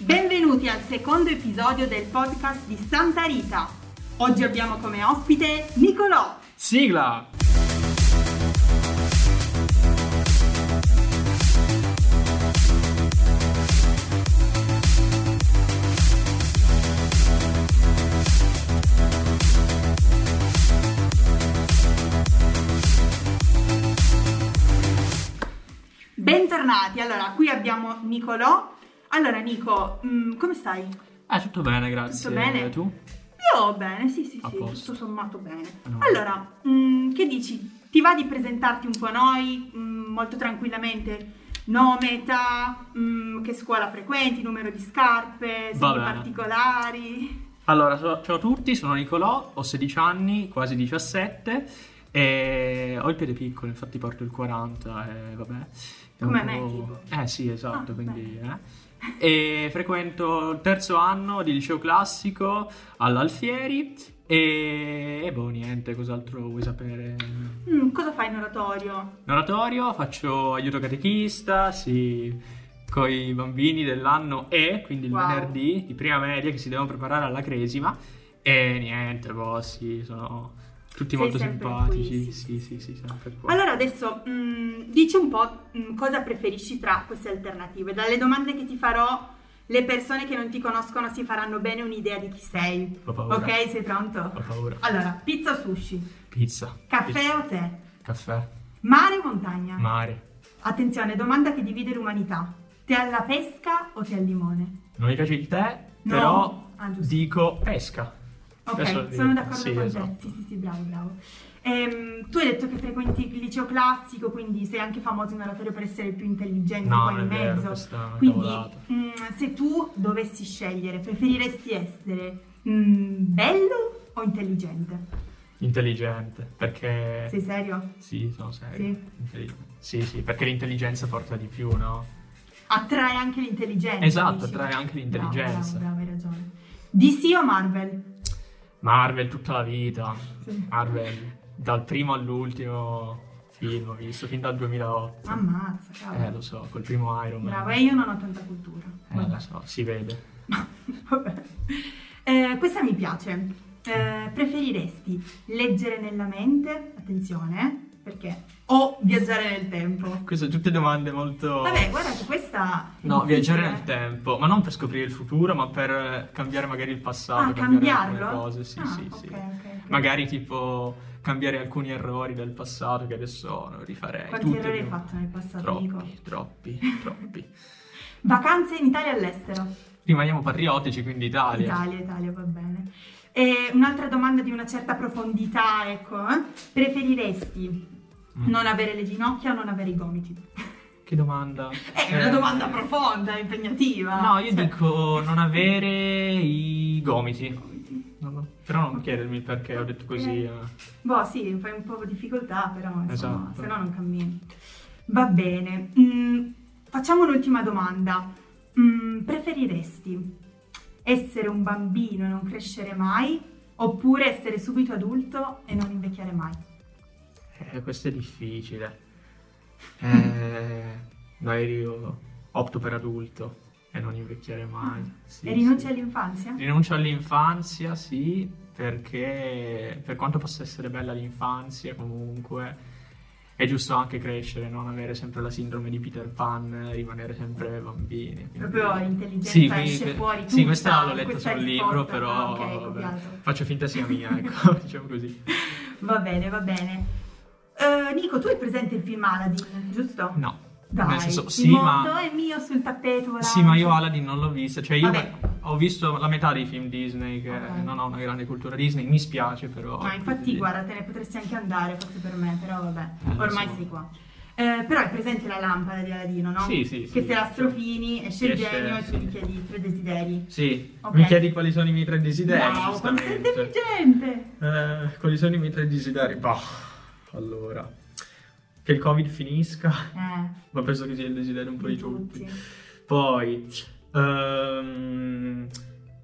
Benvenuti al secondo episodio del podcast di Santa Rita. Oggi abbiamo come ospite Nicolò. Sigla! Bentornati. Allora, qui abbiamo Nicolò. Allora, Nico, mm, come stai? Ah, tutto bene, grazie. Tutto bene? Tu? Io bene, sì, sì, A sì, posto. tutto sommato bene. No. Allora, mm, che dici? Ti va di presentarti un po' a noi, mm, molto tranquillamente? Nome, età, mm, che scuola frequenti, numero di scarpe, Va stili bene. particolari. Allora, so- ciao a tutti, sono Nicolò, ho 16 anni, quasi 17, e ho il piede piccolo, infatti porto il 40, e vabbè. È un Come me, po'- tipo. Eh sì, esatto, Ah, quindi... eh. E frequento il terzo anno di liceo classico all'Alfieri, e, e boh, niente, cos'altro vuoi sapere? Mm, cosa fai in oratorio? In oratorio faccio aiuto catechista, sì, con i bambini dell'anno E, quindi il Wow. venerdì di prima media che si devono preparare alla cresima. E niente, boh, sì, sono tutti Sei molto sempre simpatici. qui, sì, sì, sì, sempre qua. Allora adesso mm, dici un po' mm, cosa preferisci tra queste alternative. Dalle domande che ti farò, le persone che non ti conoscono si faranno bene un'idea di chi sei. Ho paura. Ok, sei pronto? Ho paura. Allora, pizza o sushi? Pizza. Pizza. Caffè Ah. o tè? Caffè. Mare o montagna? Mare. Attenzione, domanda che divide l'umanità. Te alla pesca o te al limone? Non mi piace il tè, No. però Ah, giusto. dico pesca. Ok, Adesso sono lo dico. d'accordo Sì, con esatto. te. Sì, sì, sì, bravo, bravo. Ehm, tu hai detto che frequenti il liceo classico, quindi sei anche famoso in oratorio per essere il più intelligente No, poi non è in vero, mezzo. questa è una Quindi, cavolata. mm, se tu dovessi scegliere, preferiresti essere mm, bello o intelligente? Intelligente, perché... Sei serio? Sì, sono serio. Sì? Intelligente. Sì, sì, perché l'intelligenza porta di più, no? Attrae anche l'intelligenza. Esatto, dici? attrae anche l'intelligenza. Bravo, bravo, bravo, hai ragione. DC o Marvel? Marvel tutta la vita. Sì. Ah. Marvel dal primo all'ultimo film, ho visto fin dal 2008. Ammazza, cavolo. Eh, lo so, col primo Iron Man. Bravo, e io non ho tanta cultura. Eh, Vabbè. lo so, si vede. Vabbè. Eh, questa mi piace. Eh, preferiresti leggere nella mente, attenzione, eh, perché o viaggiare nel tempo. Queste sono tutte domande molto Vabbè, guarda che questa è No, difficile. viaggiare nel tempo, ma non per scoprire il futuro, ma per eh, cambiare magari il passato, Ah, alcune cambiarlo? cose, sì, Ah, sì, ok, sì. ok, ok. Magari tipo cambiare alcuni errori del passato che adesso non rifarei. Quanti Tutti errori hai abbiamo- fatto nel passato, Nico? Troppi, troppi, troppi. Vacanze in Italia e all'estero. Rimaniamo patriottici, quindi Italia. Italia, Italia, va bene. E un'altra domanda di una certa profondità, ecco. eh. Preferiresti Mm. non avere le ginocchia o non avere i gomiti? Che domanda? È una Eh, domanda profonda, impegnativa. No, io Cioè, dico non avere i gomiti. Non lo- Però non chiedermi perché ho detto così. eh. Boh, sì, fai un po' di difficoltà, però insomma, Esatto. se no non cammini. Va bene, mm, facciamo l'ultima domanda. Mm, preferiresti essere un bambino e non crescere mai, oppure essere subito adulto e non invecchiare mai? Eh, questo è difficile. Eh, magari io opto per adulto e non invecchiare mai. Sì, Ah, e rinunci sì. all'infanzia? Rinuncio all'infanzia, sì, perché per quanto possa essere bella l'infanzia, comunque è giusto anche crescere, non avere sempre la sindrome di Peter Pan, rimanere sempre bambini. quindi- Proprio l'intelligenza Sì, quindi- esce fuori sì, tutta, questa l'ho letta questa sul risposta. libro, però Ah, ok, vabbè, copiato. faccio finta sia mia, ecco, diciamo così. Va bene, va bene. Eh, Nico, tu hai presente il film Aladdin, giusto? No, Dai, nel senso, il sì, mondo ma, è mio sul tappeto. volante. sì, ma io Aladdin non l'ho vista, cioè io Vabbè. ho visto la metà dei film Disney, che Ok. non ho una grande cultura Disney, mi spiace però. Ma infatti, quindi- guarda, te ne potresti anche andare, forse per me, però vabbè, Eh, lo ormai so. sei qua. Eh, però è presente la lampada di Aladino, no? Sì, sì, Che sì, se la certo. strofini esce il Esce, genio e tu sì. gli chiedi tre desideri. Sì, Ok. mi chiedi quali sono i miei tre desideri, Wow, quanto sei giustamente. intelligente! Eh, quali sono i miei tre desideri? Bah, allora, che il Covid finisca, Eh, ma penso che sia il desiderio un po' di di tutti. tutti. Poi, ehm,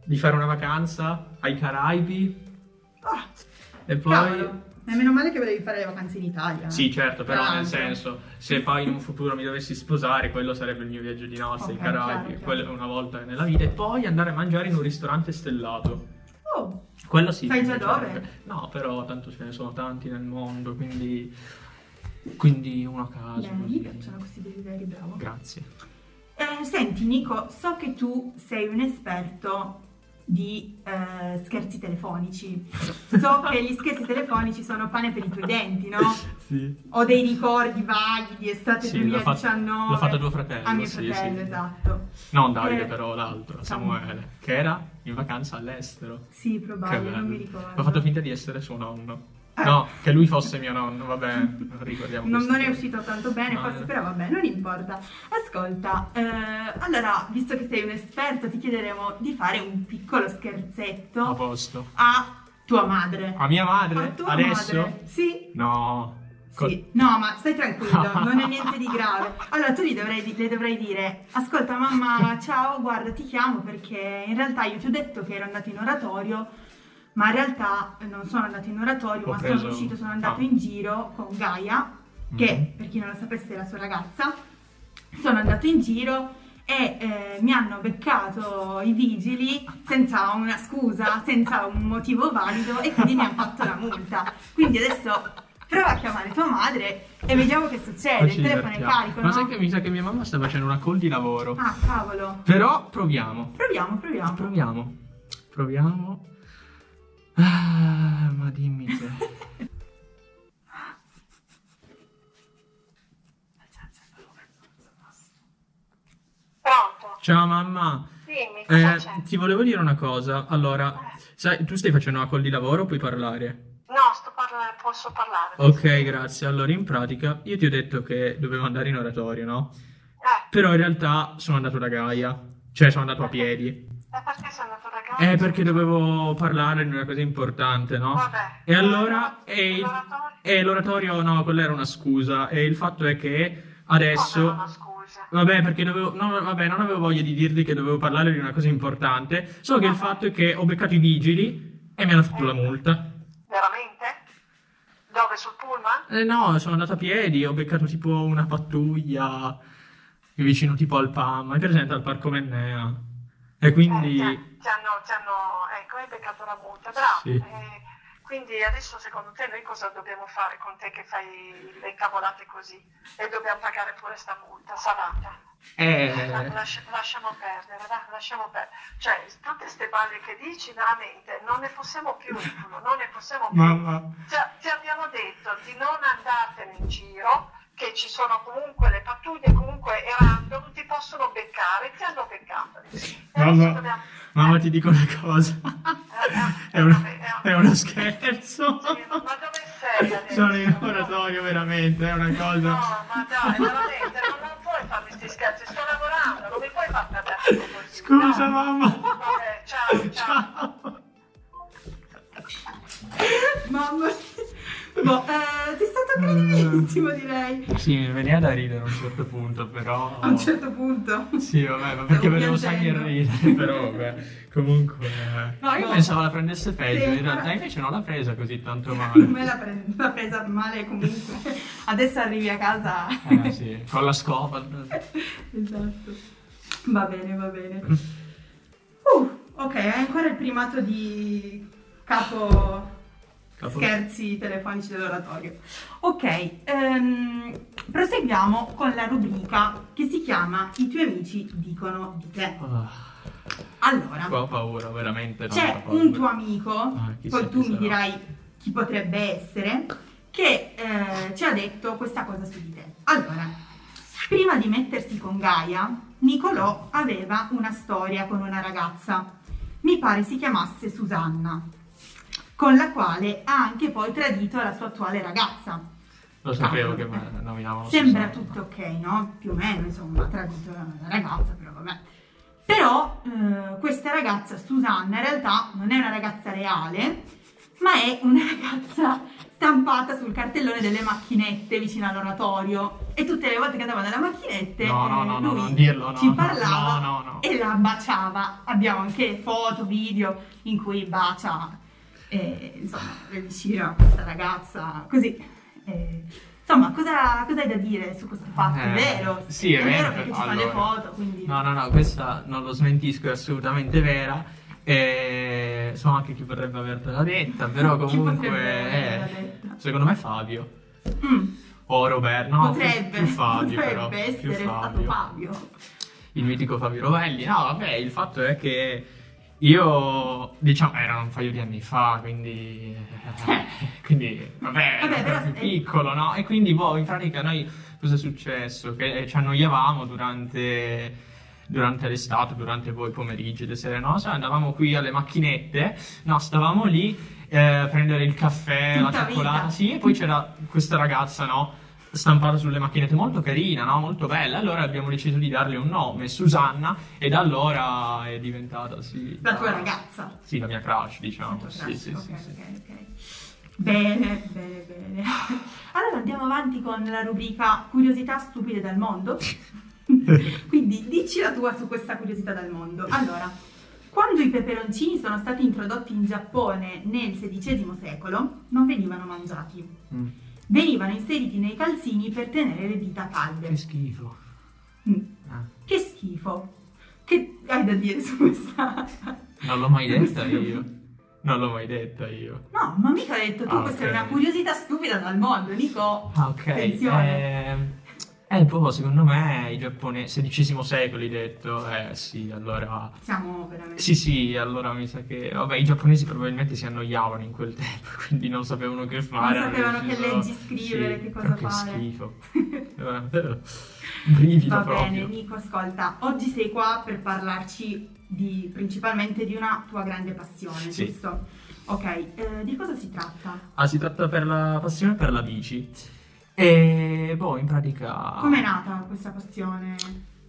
di fare una vacanza ai Caraibi Ah, e poi... cavolo, Ma meno male che volevi fare le vacanze in Italia. Sì, certo, però Tra nel l'altro. senso, se poi in un futuro mi dovessi sposare, quello sarebbe il mio viaggio di nozze, Ok, certo. i Caraibi, chiaro, chiaro. quello una volta nella vita, e poi andare a mangiare in un ristorante stellato. Oh, Quello sì. Sai mi già piacerebbe. dove? No, però tanto ce ne sono tanti nel mondo, quindi, quindi uno a caso. bene, mi così. piacciono questi desideri, bravo. Grazie. Eh, senti Nico, so che tu sei un esperto di eh, scherzi telefonici. So che gli scherzi telefonici sono pane per i tuoi denti, no? Sì. Ho dei ricordi vaghi di estate Sì, l'ha, fatto, 2019. l'ha fatto tuo fratello. a mio sì, fratello, sì. esatto. Non Davide, Eh, però l'altro, Samuele. Samuele, che era in vacanza all'estero. Sì, Che probabile, bello. non mi ricordo. Ho fatto finta di essere suo nonno. Eh. No, che lui fosse mio nonno, vabbè, non eh, ricordiamo. Non, queste non è cose. uscito tanto bene, No, forse, eh. però vabbè, non importa. Ascolta, eh, allora, visto che sei un esperto, ti chiederemo di fare un piccolo A scherzetto posto. a tua madre. A mia madre? A tua adesso? madre. Sì, No. Co- sì. Eh, No, ma stai tranquillo, non è niente di grave. Allora, tu gli dovrei di- le dovrai dire, ascolta mamma, ciao, guarda, ti chiamo perché in realtà io ti ho detto che ero andato in oratorio, ma in realtà non sono andato in oratorio, Ho ma preso- sono uscito, sono andato ah. Mm-hmm. in giro con Gaia, che per chi non lo sapesse è la sua ragazza, sono andato in giro e eh, mi hanno beccato i vigili senza una scusa, senza un motivo valido e quindi mi hanno fatto la multa. Quindi adesso prova a chiamare tua madre e vediamo che succede. Poi Il ci telefono è divertiamo. carico, Ma no? sai che mi sa che mia mamma sta facendo una call di lavoro. Ah, cavolo. Però proviamo. Ah, Proviamo, proviamo. Proviamo. Proviamo. Ah, ma dimmi te. Pronto? Ciao mamma. Dimmi, cosa Eh, c'è? ti volevo dire una cosa. Allora, sai, tu stai facendo una call di lavoro, puoi parlare? No, sto parla- posso parlare. Eh, Ok, grazie. Allora, in pratica, io ti ho detto che dovevo andare in oratorio, no? Eh, Però in realtà sono andato da Gaia, cioè sono andato a piedi. ma perché sei andato ragazzo? Eh, perché dovevo parlare di una cosa importante, no? Vabbè. E allora, e, il- L'oratorio? e l'oratorio, no, quella era una scusa. E il fatto è che Cosa non adesso... ho, scusa. Vabbè, perché dovevo... No, vabbè, non avevo voglia di dirti che dovevo parlare di una cosa importante. Solo che il fatto è che ho beccato i vigili e mi hanno fatto la multa. Veramente? Dove, sul pullman? Eh, no, sono andato a piedi, ho beccato tipo una pattuglia vicino tipo al PAM, è presente al Parco Mennea. E quindi... Eh, ti- ti hanno, ti hanno- ecco, hai beccato la multa, bravo. Sì. Eh, quindi adesso secondo te noi cosa dobbiamo fare con te che fai le cavolate così? E dobbiamo pagare pure sta multa, salata. Eh, Lascia- lasciamo perdere, dai, lasciamo perdere. Cioè, tutte queste balle che dici, veramente, non ne possiamo più, Niccolo, non ne possiamo più. mamma, Cioè, ti abbiamo detto di non andartene in giro, che ci sono comunque le pattuglie, comunque è random, ti possono beccare, ti hanno beccato. E adesso Mamma- dobbiamo- mamma ti dico una cosa. Eh, eh, È, un- vabbè, eh, è uno scherzo. sì, ma dove sei adesso? Sono in oratorio, veramente, è una No, cosa... ma dai, veramente, non, non puoi farmi questi scherzi, sto lavorando, non mi puoi far perdere così. Scusa, dai. mamma. Vabbè, ciao, ciao. Ciao. Mamma mia. Boh, eh, sei stato credibilissimo, direi. Sì, mi veniva da ridere a un certo punto, però... A un certo punto. Sì, vabbè, ma perché Stavo volevo piangendo. sangue ridere, però vabbè, comunque... eh. No, io io no. pensavo la prendesse peggio, Sì, in realtà ma- invece non l'ha presa così tanto Secondo me male. l'ha pre- l'ha presa male comunque. Adesso arrivi a casa. Eh sì, con la scopa. Esatto. Va bene, va bene. Uh, ok, hai ancora il primato di capo, Capo- scherzi telefonici dell'oratorio. Ok, ehm, proseguiamo con la rubrica che si chiama I tuoi amici dicono di te. Ah, Allora, qua ho paura, veramente. tanta c'è paura. un tuo amico, Ah, chissà poi chi tu mi sarà. dirai chi potrebbe essere, che eh, ci ha detto questa cosa su di te. Allora, prima di mettersi con Gaia, Nicolò aveva una storia con una ragazza, mi pare si chiamasse Susanna, con la quale ha anche poi tradito la sua attuale ragazza. Lo sapevo che me- nominavano Sembra Susanna. tutto ok, no? Più o meno, insomma, tradito la la ragazza, però vabbè. Però eh, questa ragazza, Susanna, in realtà non è una ragazza reale, ma è una ragazza stampata sul cartellone delle macchinette vicino all'oratorio. E tutte le volte che andava dalle macchinette, No, no, eh, no, no, lui non dirlo, no. ci no, parlava No, no, no. e la baciava. Abbiamo anche foto, video in cui bacia E, insomma, riuscire a questa ragazza così. eh, insomma, cosa, cosa hai da dire su questo fatto? È Eh, vero? sì, è vero, perché ci sono le allora. foto, quindi... No, no, no, questa non lo smentisco, è assolutamente vera. E so anche chi vorrebbe avertela detta, però Chi comunque... potrebbe avertela eh, detta? secondo me Fabio. Mm, O Roberto, no, più- potrebbe, più Fabio potrebbe però. più essere stato Fabio. il mitico Fabio Rovelli. No, vabbè, il fatto è che io, diciamo, era un paio di anni fa, quindi, quindi vabbè, Vabbè, era però- più piccolo, no? E quindi, boh, in pratica noi cosa è successo? Che eh, ci annoiavamo durante, durante l'estate, durante poi i pomeriggi, le sere, no? Sai, andavamo qui alle macchinette, no, stavamo lì eh, a prendere il caffè, Tutta la cioccolata, vita. sì, e poi c'era questa ragazza, no? stampata sulle macchinette, molto carina, no? molto bella. Allora abbiamo deciso di darle un nome, Susanna, e da allora è diventata sì, La tua ragazza. Sì, la mia crush, diciamo. Tutto Sì, sì, ok, sì, sì. ok, ok. Bene, bene, bene. Allora andiamo avanti con la rubrica Curiosità stupide dal mondo. Quindi dici la tua su questa curiosità dal mondo. Allora, quando i peperoncini sono stati introdotti in Giappone nel XVI secolo, non venivano mangiati. Mm. Venivano inseriti nei calzini per tenere le dita Che calde. schifo. Mm, Ah, Che schifo. Che hai da dire su questa? non l'ho mai detta io. Non l'ho mai detta io. No, ma mica hai detto tu, Ah, questa ok. è una curiosità stupida dal mondo, Nico. Ah, ok. Attenzione. ehm, Eh, boh, secondo me i giapponesi, XVI secolo hai detto, eh sì, allora... Siamo veramente... Sì, sì, allora mi sa che... Vabbè, i giapponesi probabilmente si annoiavano in quel tempo, quindi non sapevano che fare. hanno sapevano che deciso- leggi scrivere, Sì, che cosa però che fare. schifo. Guarda, Brivido Va proprio. bene, Nico, ascolta, oggi sei qua per parlarci di- principalmente di una tua grande passione, Sì. giusto? Ok, eh, di cosa si tratta? Ah, si tratta per la passione per la bici. E boh, in pratica... Com'è nata questa passione?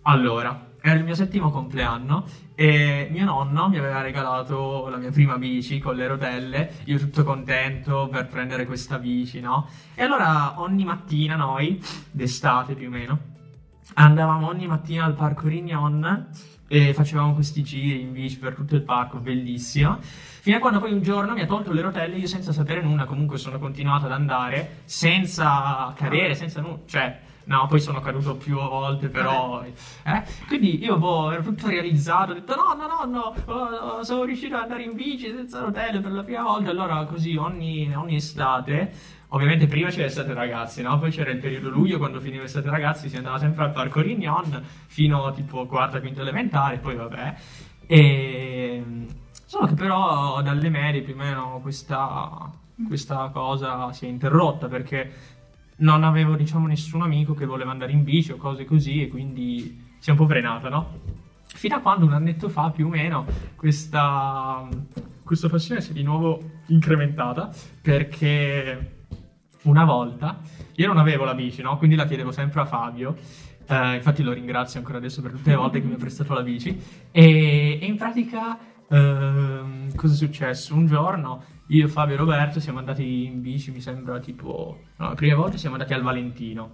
Allora, era il mio settimo compleanno e mio nonno mi aveva regalato la mia prima bici con le rotelle, io tutto contento per prendere questa bici, no? E allora ogni mattina noi, d'estate più o meno, andavamo ogni mattina al parco Rignon e facevamo questi giri in bici per tutto il parco, bellissimo. Fino a quando poi un giorno mi ha tolto le rotelle, io senza sapere nulla, comunque sono continuato ad andare senza cadere, senza nulla, cioè, no, poi sono caduto più volte, però. eh. Quindi io boh, ero tutto realizzato, ho detto: no, no, no, no, oh, oh, sono riuscito ad andare in bici senza rotelle per la prima volta. Allora, così ogni, ogni estate. Ovviamente prima c'era estate ragazzi, no? Poi c'era il periodo luglio quando finiva estate ragazzi, si andava sempre al parco Rignon fino tipo quarta, quinta elementare, poi vabbè. E Solo che però dalle medie più o meno questa, questa cosa si è interrotta perché non avevo diciamo nessun amico che voleva andare in bici o cose così e quindi si è un po' frenata, no? Fino a quando un annetto fa più o meno questa, questa passione si è di nuovo incrementata perché una volta io non avevo la bici, no? Quindi la chiedevo sempre a Fabio. Eh, infatti lo ringrazio ancora adesso per tutte le volte che mi ha prestato la bici. E, e in pratica, ehm, cosa è successo? Un giorno io, Fabio e Roberto siamo andati in bici, mi sembra tipo. No, la prima volta siamo andati al Valentino.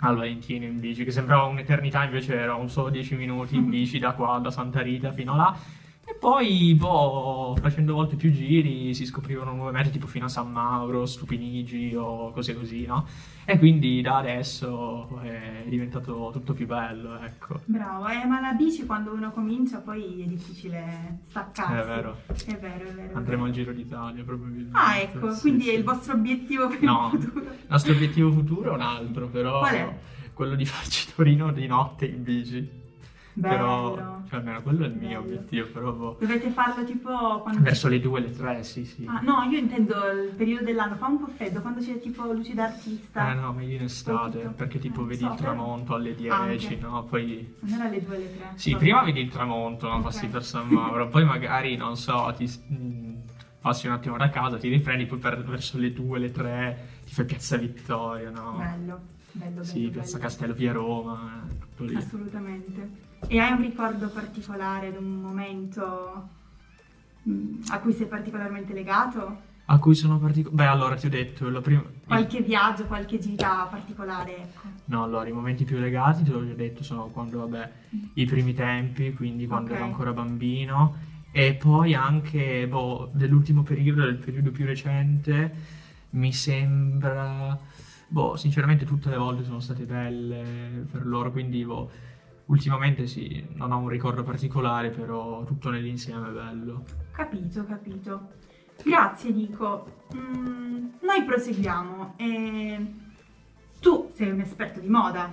Al Valentino in bici, che sembrava un'eternità, invece era un solo 10 minuti in bici da qua, da Santa Rita fino là. E poi, boh, facendo volte più giri si scoprivano nuove mete, tipo fino a San Mauro, Stupinigi o cose così, no? E quindi da adesso eh, è diventato tutto più bello, ecco. Bravo, eh, ma la bici quando uno comincia poi è difficile staccarsi. È vero. È vero, è vero. Andremo al Giro d'Italia probabilmente. Ah, ecco, Sì, quindi sì. è il vostro obiettivo per No. il futuro. Il nostro obiettivo futuro è un altro, però... Qual è? Quello di farci Torino di notte in bici. Bello. Però, cioè almeno quello è il mio Bello. obiettivo, però... boh, Dovete farlo tipo quando... Verso le 2, le 3, sì, sì. Ah, no, io intendo il periodo dell'anno, fa un po' freddo, quando c'è tipo luce d'artista. Eh no, meglio in estate, Tutto. perché tipo Eh, vedi so, il però- tramonto alle 10, Anche. no? Poi... Non era alle due alle tre. Sì, Vabbè. prima vedi il tramonto, non passi Ok. per San Mauro, poi magari, non so, ti mh, passi un attimo da casa, ti riprendi, poi per- verso le 2, le 3 ti fai Piazza Vittoria, no? Bello, bello, sì, bello, Piazza bello. Castello via Roma, eh, tutto lì. Assolutamente. E hai un ricordo particolare di un momento mm, a cui sei particolarmente legato? A cui sono particolare... Beh, allora ti ho detto, la prima... Qualche viaggio, qualche gita particolare, ecco. No, allora, i momenti più legati, te l'ho già detto, sono quando, vabbè, i primi tempi, quindi quando Mm. Ok. ero ancora bambino, E poi anche boh, dell'ultimo periodo, del periodo più recente, mi sembra... Boh, sinceramente tutte le volte sono state belle per loro, quindi boh, ultimamente sì, non ho un ricordo particolare, però tutto nell'insieme è bello. Capito, capito. Grazie, Nico. Mm, noi proseguiamo. E... Tu sei un esperto di moda.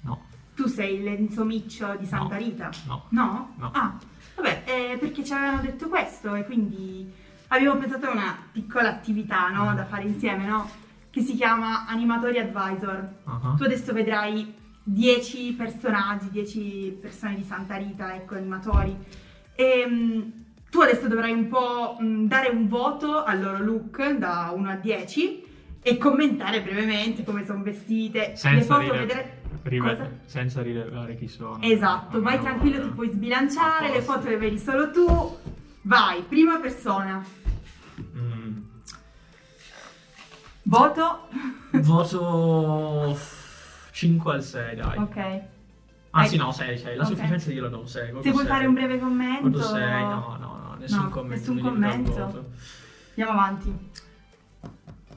No. Tu sei il Lenzo Miccio di Santa No. Rita. No, No? No. Ah, vabbè, eh, perché ci avevano detto questo e quindi abbiamo pensato a una piccola attività no, Mm. da fare insieme, no? Che si chiama Animatori Advisor. Ah, Tu adesso vedrai 10 personaggi, 10 persone di Santa Rita, ecco, animatori. E mm, tu adesso dovrai un po' mm, dare un voto al loro look da 1 a 10 e commentare brevemente come sono vestite. Senza Le foto rile- vedere... rive- Cosa? senza rilevare chi sono. Esatto, vai tranquillo, ti puoi sbilanciare, le foto le vedi solo tu. Vai, prima persona. Mm. Voto. Voto 5 al 6, dai. Ok. Anzi, Ecco. no, 6, 6. La Ok. sufficienza gliela do 6. Se vuoi fare un breve commento. Voto 6, no, no, no, nessun No, commento. nessun mi limito al commento. voto. Andiamo avanti.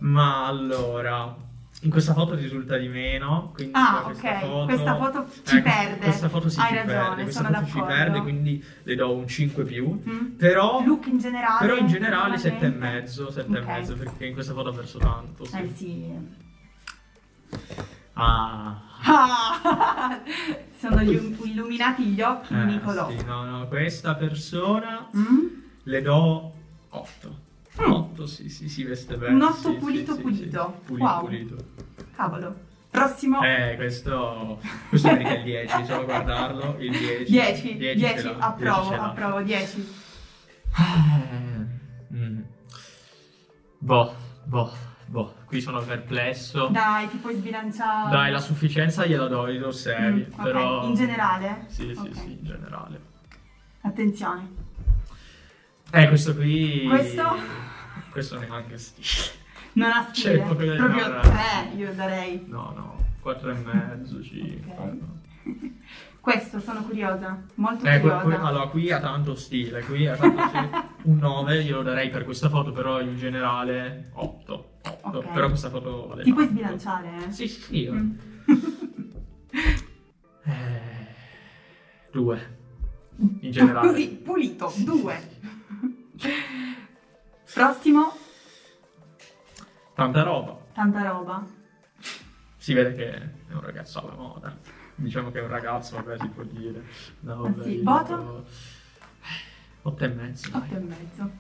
Ma allora, in questa foto risulta di meno, quindi Ah, da questa ok, foto... questa foto ci eh, perde. Questa foto sì Hai ci ragione, perde, questa sono foto ci d'accordo. perde, quindi le do un 5 più. Mm? Però, Look in generale. però in generale 7 e sicuramente. mezzo, 7 e Ok. mezzo, perché in questa foto ha perso tanto. sì. Eh sì. Ah, Ah! sono gli- um-, illuminati gli occhi di eh, Nicolò. sì, no, no, questa persona Mm? le do 8. Mm. 8, sì, sì, si veste bene. Un otto sì, sì, pulito, sì, sì. pulito. Pulito, Wow. pulito. Cavolo. Prossimo. Eh, questo, questo merita il 10, solo a guardarlo, il 10. 10, 10 10, ce l'ha, approvo, 10 ce l'ha. approvo, 10. Eh, mm. Boh, boh, boh, qui sono perplesso. Dai, ti puoi sbilanciare. Dai, la sufficienza gliela do, gli do 6, Mm, ok, però... in generale? Sì, sì, Ok. sì, in generale. Attenzione. Eh, questo qui... Questo? Questo neanche stile. Non ha C'è stile. poco da Proprio ignorare. 3 io darei. No, no, 4 e mezzo, 5. Questo sono curiosa, molto Eh, que- curiosa. que- allora, qui ha tanto stile, qui ha tanto stile. un 9 glielo darei per questa foto, però in generale 8. Ok. Però questa foto vale Ti puoi tanto. sbilanciare, eh? Sì, sì. io. Mm. Eh, due. In generale. Così, pulito, 2. Prossimo, Tanta roba. tanta roba. Si vede che è un ragazzo alla moda. Diciamo che è un ragazzo, vabbè, si può dire. No, Ah, vabbè, sì. io Voto? dico- eh, Otto e mezzo. dai. 8 e mezzo.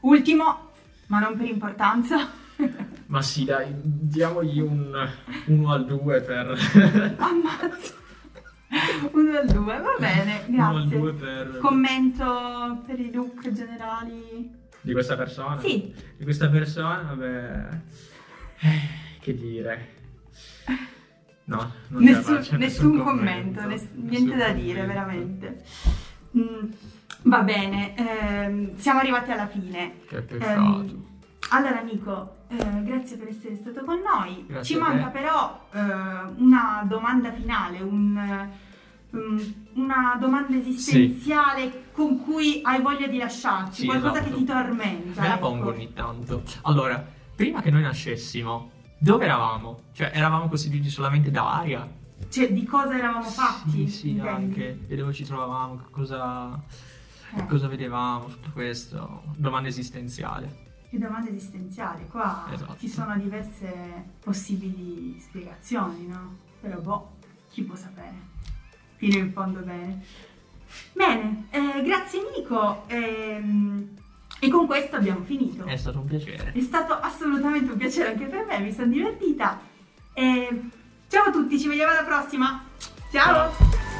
Ultimo, ma non per importanza. Ma sì, dai, diamogli un 1 al 2 per... Ammazzo. 1 al 2, va bene, Uno al grazie. due per- Commento per i look generali. Di questa persona? Sì. Di questa persona, vabbè... eh, Che dire... No, non ce la Nessun, faccio, nessun commento, ness- niente nessun da dire, commento. veramente. Mm, va bene, ehm, siamo arrivati alla fine. Che Ehm, peccato. allora Nico, eh, grazie per essere stato con noi. Grazie Ci a te. manca però eh, una domanda finale, un, eh, mm, una domanda esistenziale con cui hai voglia di lasciarci, Sì, qualcosa esatto. che ti tormenta. Me la ecco. pongo ogni tanto. Allora, prima che noi nascessimo, dove eravamo? Cioè, eravamo costituiti solamente da aria? Cioè, di cosa eravamo fatti? Sì, sì, intendi? anche. E dove ci trovavamo? Che Cosa, Eh. cosa vedevamo? Tutto questo. Domanda esistenziale. Che domanda esistenziale, qua Esatto. ci sono diverse possibili spiegazioni, no? Però boh, chi può sapere? Fino in fondo bene. Bene, eh, grazie Nico ehm, e con questo abbiamo finito. È stato un piacere. È stato assolutamente un piacere anche per me, mi sono divertita. E ciao a tutti, ci vediamo alla prossima. ciao. Ciao.